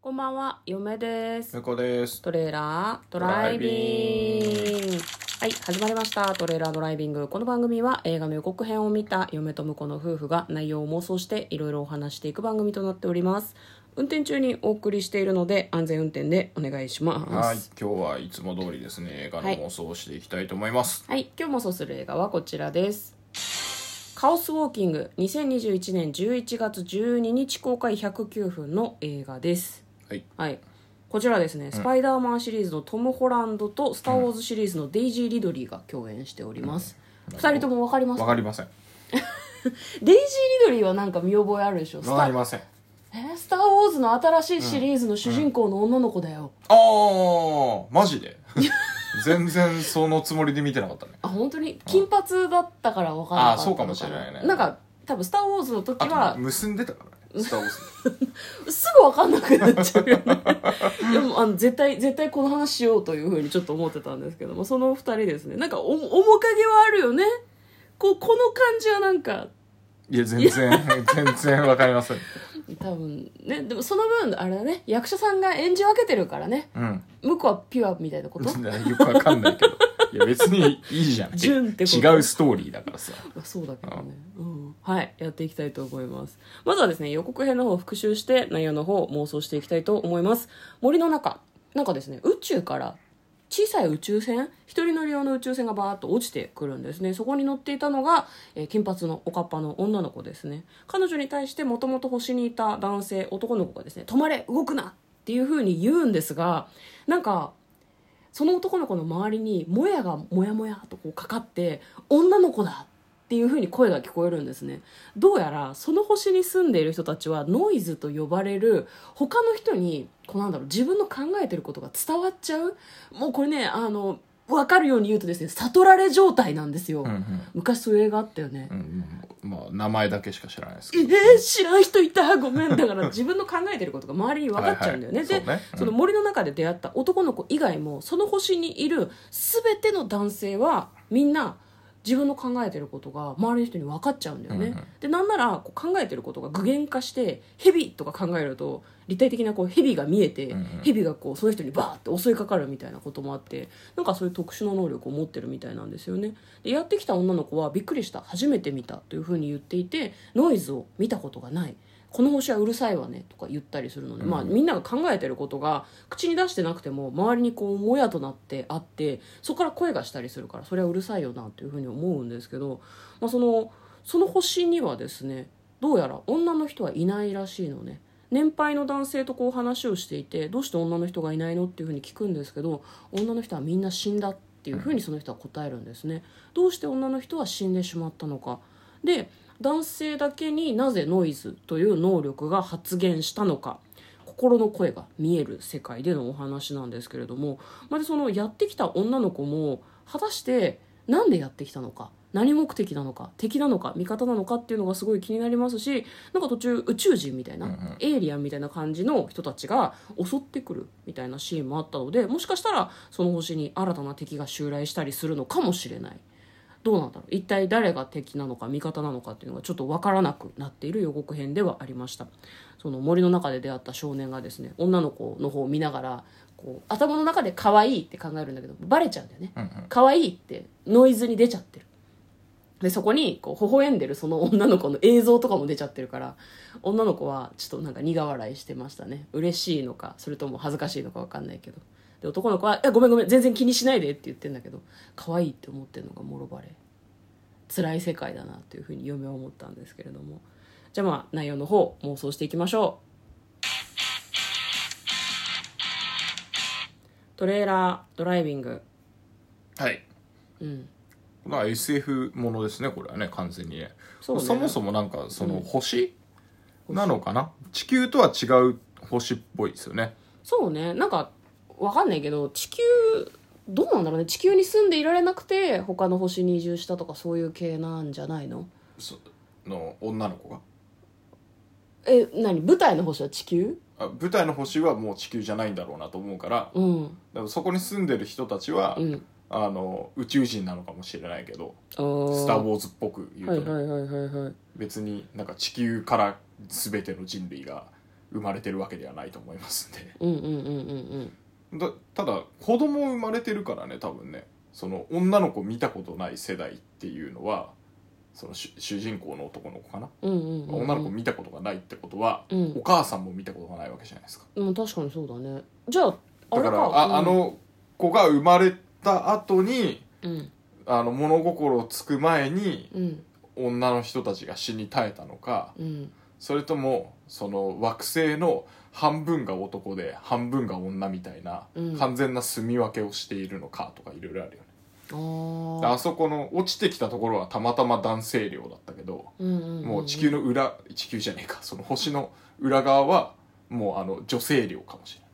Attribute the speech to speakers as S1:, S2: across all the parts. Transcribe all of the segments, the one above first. S1: こんばんは、嫁です。
S2: 向こうです。
S1: トレーラードライビング。はい、始まりました。トレーラードライビング。この番組は映画の予告編を見た嫁と婿の夫婦が内容を妄想していろいろお話していく番組となっております。運転中にお送りしているので安全運転でお願いします。
S2: はい、今日はいつも通りですね、映画の
S1: はい
S2: 妄想をしていきたいと思います。
S1: はい、今日もそうする映画はこちらです。カオスウォーキング2021年11月12日公開109分の映画です。
S2: はい、
S1: はい。こちらですね、スパイダーマンシリーズのトム・ホランドと、スター・ウォーズシリーズのデイジー・リドリーが共演しております。二、人ともわかります
S2: わ
S1: か
S2: かりません。
S1: デイジー・リドリーはなんか見覚えあるでしょスタ
S2: わかり
S1: ー
S2: ません。
S1: えースター・ウォーズの新しいシリーズの主人公の女の子だよ。
S2: ああ、マジ で。全然そのつもりで見てなかったね。
S1: あ、本当に金髪だったからわからなかったの
S2: あそうかもしれないね
S1: なんか、多分スター・ウォーズの時
S2: あ
S1: は
S2: と、結んでたからね。スターウォーズ。
S1: すぐ分かんなくなっちゃうよね でもあの絶対絶対この話しようというふうにちょっと思ってたんですけどもその二人ですねなんかお面影はあるよねこうこの感じはなんか
S2: いや、全然、全然わかりません。
S1: 多分ねでもその分あれだね役者さんが演じ分けてるからね
S2: うん。
S1: 向こうはピュアみたいなこと
S2: よくわかんないけど。いや、別にいいじゃん。
S1: 純ってこと
S2: 違うストーリーだからさ。
S1: まあそうだけどね、うん、はいやっていきたいと思いますまずはですね予告編の方を復習して内容の方を妄想していきたいと思います森の中なんかですね宇宙から小さい宇宙船一人乗り用の宇宙船がバーッと落ちてくるんですねそこに乗っていたのが、えー金髪のおかっぱの女の子ですね彼女に対してもともと星にいた男性男の子がですね「止まれ動くな!」っていうふうに言うんですがなんかその男の子の周りにもやがもやもやとこうかかって女の子だっていうふうに声が聞こえるんですねどうやらその星に住んでいる人たちはノイズと呼ばれる他の人にこうなんだろう自分の考えてることが伝わっちゃうもうこれねあの分かるように言うとですね悟られ状態なんですよ、
S2: うんうん。
S1: 昔そういう映画あったよね、
S2: うん、まあ、名前だけしか知らないですけ
S1: え
S2: ど。
S1: ー知らん人いたごめんだ から自分の考えてることが周りに分かっちゃうんだよね、
S2: はいはい
S1: で
S2: そうねうん
S1: その森の中で出会った男の子以外もその星にいる全ての男性はみんな自分の考えてることが周りの人に分かっちゃうんだよね、
S2: うんうん
S1: でなんならこう考えてることが具現化してヘビとか考えると立体的なこうヘビが見えて、
S2: うんうん
S1: ヘビがこうその人にバーって襲いかかるみたいなこともあってなんかそういう特殊な能力を持ってるみたいなんですよねでやってきた女の子はびっくりした初めて見たというふうに言っていてノイズを見たことがないこの星はうるさいわねとか言ったりするので、まあみんなが考えてることが口に出してなくても周りにこうもやとなってあってそこから声がしたりするからそれはうるさいよなというふうに思うんですけど、まあ、そのその星にはですねどうやら女の人はいないらしいのね年配の男性とこう話をしていてどうして女の人がいないのっていうふうに聞くんですけど女の人はみんな死んだっていうふうにその人は答えるんですねどうして女の人は死んでしまったのかで男性だけになぜノイズという能力が発現したのか心の声が見える世界でのお話なんですけれどもまたそのやってきた女の子も果たしてなんでやってきたのか何目的なのか敵なのか味方なのかっていうのがすごい気になりますしなんか途中宇宙人みたいな、
S2: うんうん
S1: エイリアンみたいな感じの人たちが襲ってくるみたいなシーンもあったのでもしかしたらその星に新たな敵が襲来したりするのかもしれない。どうなんだろう一体誰が敵なのか味方なのかっていうのがちょっと分からなくなっている予告編ではありましたその森の中で出会った少年がですね女の子の方を見ながらこう頭の中で可愛いって考えるんだけどバレちゃうんだよね
S2: うんうん。
S1: 可愛いってノイズに出ちゃってるでそこにこう微笑んでるその女の子の映像とかも出ちゃってるから女の子はちょっとなんか苦笑いしてましたね嬉しいのかそれとも恥ずかしいのか分かんないけどで男の子は「えごめんごめん全然気にしないで」って言ってんだけど可愛いって思ってるのがもろバレ辛い世界だなというふうに嫁は思ったんですけれどもじゃあまあ内容の方妄想していきましょうトレーラードライビング
S2: はい。
S1: うん
S2: まあ SF ものですねこれはね完全にね
S1: そ
S2: そ
S1: ね
S2: もそもなんかその
S1: うん
S2: 星なのかな、地球とは違う星っぽいですよね
S1: そうねなんかわかんないけど地球どうなんだろうね地球に住んでいられなくて他の星に移住したとかそういう系なんじゃないの
S2: その女の子が
S1: え何舞台の星は地球
S2: あ舞台の星はもう地球じゃないんだろうなと思うから
S1: うん
S2: でもそこに住んでる人たちは、
S1: うん
S2: あの宇宙人なのかもしれないけど
S1: あ
S2: 「
S1: ー
S2: スター・ウォーズ」っぽく言うと
S1: は
S2: ね、
S1: いはいはいはいはい
S2: 別になんか地球から全ての人類が生まれてるわけではないと思いますんで
S1: うんうんうんうん
S2: だただ子供生まれてるからね多分ねその女の子見たことない世代っていうのはその主主人公の男の子かな、
S1: うんうんうんうん
S2: 女の子見たことがないってことは、
S1: うん
S2: お母さんも見たことがないわけじゃないですか
S1: うん確かにそうだねじゃああ
S2: だ
S1: れ
S2: か
S1: から
S2: あ,、
S1: うん
S2: あの子が生まれた後に
S1: うん
S2: あの物心つく前に
S1: うん
S2: 女の人たちが死に絶えたのか
S1: うん
S2: それともその惑星の半分が男で半分が女みたいな
S1: うん
S2: 完全な住み分けをしているのかとかいろいろあるよね、
S1: あ
S2: あ
S1: あ
S2: そこの落ちてきたところはたまたま男性量だったけど、も
S1: も
S2: う地球の裏地球じゃねえかその星の裏側はもうあの女性量かもしれない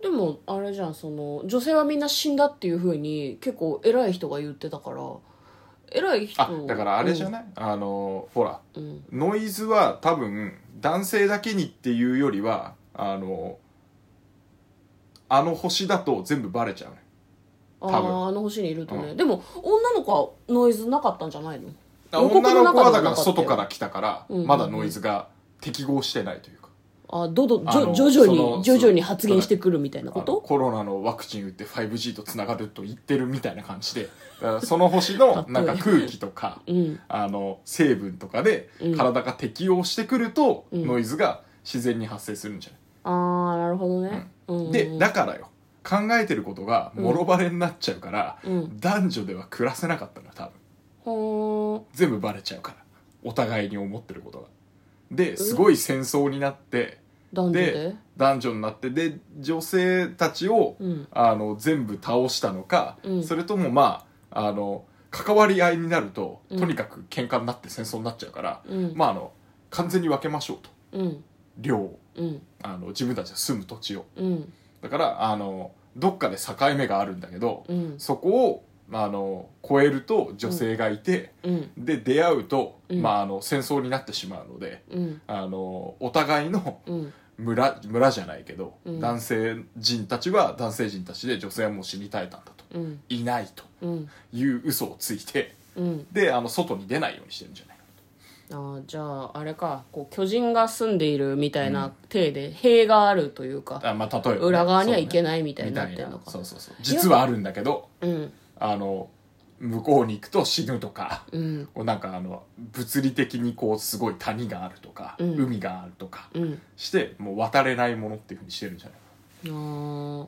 S1: でもあれじゃんその女性はみんな死んだっていうふうに結構偉い人が言ってたから偉い人
S2: あだからあれじゃない、あのほら
S1: うんうん
S2: ノイズは多分男性だけにっていうよりはあのあの星だと全部バレちゃうね
S1: あ
S2: 多分
S1: ああの星にいるとね、
S2: う
S1: でも女の子はノイズなかったんじゃないの
S2: だ
S1: 王国
S2: 女
S1: の
S2: の
S1: 中
S2: 子
S1: で
S2: は
S1: は
S2: だか
S1: な
S2: ら
S1: かったよ
S2: 外から来たから
S1: うんうんうん
S2: まだノイズが適合してないというか
S1: あどど
S2: あ
S1: じ
S2: の
S1: ょ徐
S2: その
S1: 々に徐々に発言してくるみたいなこ
S2: あの
S1: と
S2: コロナのワクチン打って 5G とつながると言ってるみたいな感じでだからその星の
S1: 例え
S2: なんか空気とか
S1: うん
S2: あの成分とかで
S1: うん
S2: 体が適応してくると
S1: うん
S2: ノイズが自然に発生するんじゃない
S1: ああなるほどね、うんうん、
S2: でだからよ考えてることがもろバレになっちゃうから、
S1: うん
S2: 男女では暮らせなかったのよ多分
S1: ほーん
S2: 全部バレちゃうからお互いに思ってることがですごい戦争になって
S1: 男女で
S2: で男女になってで女性たちを、
S1: うん
S2: あの全部倒したのか、
S1: うん
S2: それともまああの関わり合いになると、
S1: うん
S2: とにかく喧嘩になって戦争になっちゃうから、
S1: うん
S2: まああの完全に分けましょうと
S1: うん
S2: 量を
S1: うん
S2: あの自分たちが住む土地を
S1: うん
S2: だからあのどっかで境目があるんだけど、
S1: うん
S2: そこを、まあ、あの超えると女性がいて、
S1: うん
S2: で出会うと、
S1: うん
S2: まあ、あの戦争になってしまうので
S1: うん
S2: あのお互いの
S1: うん
S2: 村村じゃないけど、
S1: うん
S2: 男性人たちは男性人たちで女性はもう死に絶えたんだと
S1: うん
S2: いないと
S1: うん
S2: いう嘘をついて
S1: うん
S2: であの外に出ないようにしてるんじゃないか
S1: あーじゃああれかこう巨人が住んでいるみたいな体で塀があるというか、
S2: あ、まあ、例えばね、
S1: 裏側には
S2: そうね
S1: 行けないみたいに
S2: み
S1: な
S2: た
S1: ってるのか
S2: そうそうそう実はあるんだけど
S1: うん
S2: あの向こうに行くと死ぬとか
S1: うん
S2: こうなんかあの物理的にこうすごい谷があるとか、
S1: うん
S2: 海があるとか
S1: うん
S2: してもう渡れないものっていうふうにしてるんじゃない
S1: あー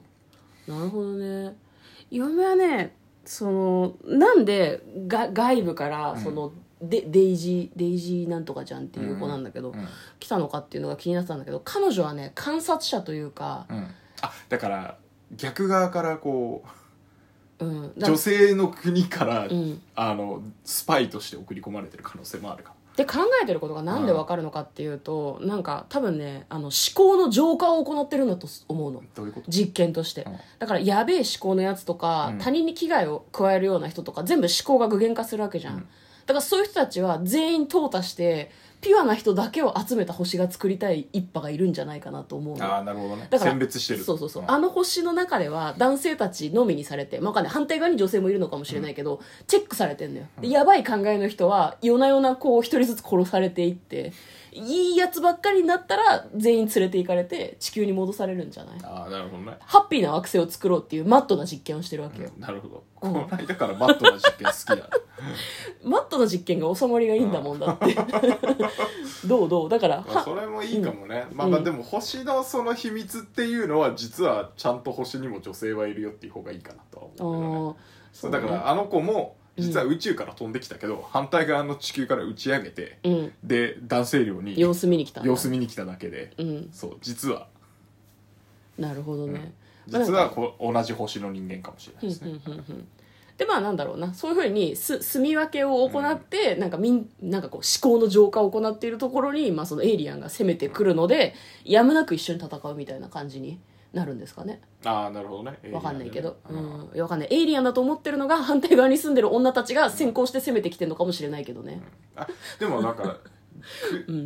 S1: なるほどね嫁はねそのなんでが外部からその、でデイジーデイジーなんとかちゃんっていう子なんだけど、
S2: うん
S1: 来たのかっていうのが気になってたんだけど彼女はね観察者というか,、
S2: うんあだから逆側からこ
S1: うん、
S2: う
S1: だ
S2: 女性の国から、
S1: うん、
S2: あのスパイとして送り込まれてる可能性もあるか
S1: で考えてることがなんでわかるのかっていうと、なんか多分ねあの思考の浄化を行ってるんだと思うの
S2: らどういうこと
S1: 実験として、
S2: うん
S1: だからやべえ思考のやつとか、
S2: うん
S1: 他人に危害を加えるような人とか全部思考が具現化するわけじゃん、
S2: うん
S1: だからそういう人たちは全員淘汰してピュアな人だけを集めた星が作りたい一派がいるんじゃないかなと思うの
S2: ああなるほどね
S1: だから
S2: 選別してる
S1: そうそうそう、
S2: ん
S1: あの星の中では男性たちのみにされて、まあわかんない、反対側に女性もいるのかもしれないけど、チェックされてんのよ、でやばい考えの人は夜な夜なこう一人ずつ殺されていっていいやつばっかりになったら全員連れて行かれて地球に戻されるんじゃない
S2: ああなるほどね
S1: ハッピーな惑星を作ろうっていうマットな実験をしてるわけよ、
S2: なるほどこの間からマットな実験好きだ ね
S1: マットな実験が収まりがいいんだもんだ って、どうどうだから
S2: まあ
S1: は
S2: それもいいかもね、まあ、まあでも星のその秘密っていうのは実はちゃんと星にも女性はいるよっていう方がいいかなとは
S1: あ
S2: 思うけどね
S1: ー
S2: そうだからあの子も実は宇宙から飛んできたけど、反対側の地球から打ち上げて、
S1: うん
S2: で男性寮に
S1: 様子見に来たんだ
S2: 様子見に来ただけで、
S1: うん
S2: そう実は
S1: なるほどね、まあ
S2: 実はこう同じ星の人間かもしれないですね、
S1: でまあなんだろうなそういうふうにす住み分けを行って、なんかみんなんかこう思考の浄化を行っているところに、まあ、そのエイリアンが攻めてくるのでやむなく一緒に戦うみたいな感じになるんですかね
S2: ああなるほどね
S1: わかんないけど、
S2: エイ
S1: う
S2: リアンでね
S1: ん、いやわかんないエイリアンだと思ってるのが反対側に住んでる女たちが先行して攻めてきてるのかもしれないけどね、
S2: あでもなんか、く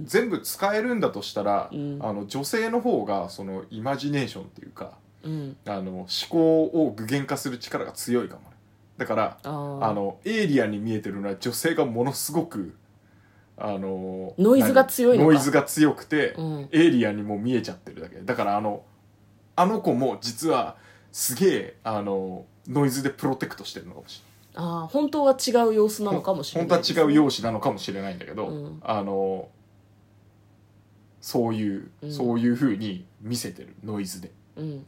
S2: 全部使えるんだとしたら、
S1: うん
S2: あの女性の方がそのイマジネーションっていうか
S1: うん、
S2: あの思考を具現化する力が強いかもねだから
S1: あー
S2: あのエイリアンに見えてるのは女性がものすごくあの
S1: ノイズが強いのか
S2: ノイズが強くて、
S1: うん
S2: エイリアンにも見えちゃってるだけだからあのあの子も実はすげえあのノイズでプロテクトしてるのかもし
S1: ああ本当は違う様子
S2: れ
S1: な
S2: ない
S1: のかもしれない
S2: 本
S1: です
S2: 当
S1: ね、
S2: は違う容姿なのかもしれないんだけど、
S1: うん
S2: あのそういう、
S1: うん
S2: そういうふうに見せてるノイズで、
S1: うん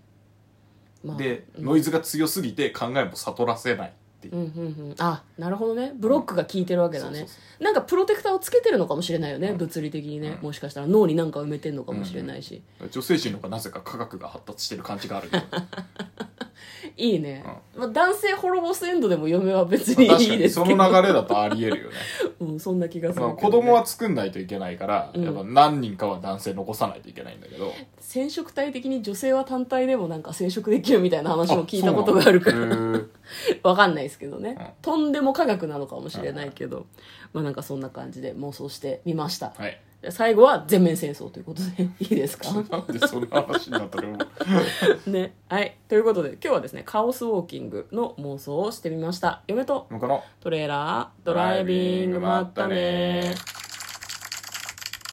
S1: まあ
S2: で、
S1: うん
S2: ノイズが強すぎて考えも悟らせないっていう
S1: うんうんうんあなるほどねブロックが効いてるわけだね
S2: そうそう
S1: なんかプロテクターをつけてるのかもしれないよね、
S2: うん
S1: 物理的にね、
S2: うん
S1: もしかしたら脳になんか埋めてんのかもしれないし、
S2: そう女性陣の方がなぜか科学が発達してる感じがあ るけど
S1: いいね、まあ、男性滅ぼすエンドでも嫁は別に
S2: まあ確
S1: い
S2: か
S1: いで
S2: に
S1: す
S2: そ
S1: けど、
S2: の流れだとありえるよね
S1: うん、そんな気がするけど
S2: まあ
S1: ね、
S2: 子供は作んないといけないから、
S1: うん
S2: やっぱ何人かは男性残さないといけないんだけど
S1: 染色体的に女性は単体でもなんか染色できるみたいな話も聞いたことがあるから
S2: そうなんだへー
S1: わかんないですけどね、
S2: うん
S1: とんでも科学なのかもしれないけど、まあなんかそんな感じで妄想してみました、
S2: はい
S1: 最後は全面戦争ということでいいです か
S2: なんでそんな話にな ったの
S1: ねはいということで今日はですねカオスウォーキングの妄想をしてみました嫁と
S2: 向こうの
S1: トレーラードライビングまったね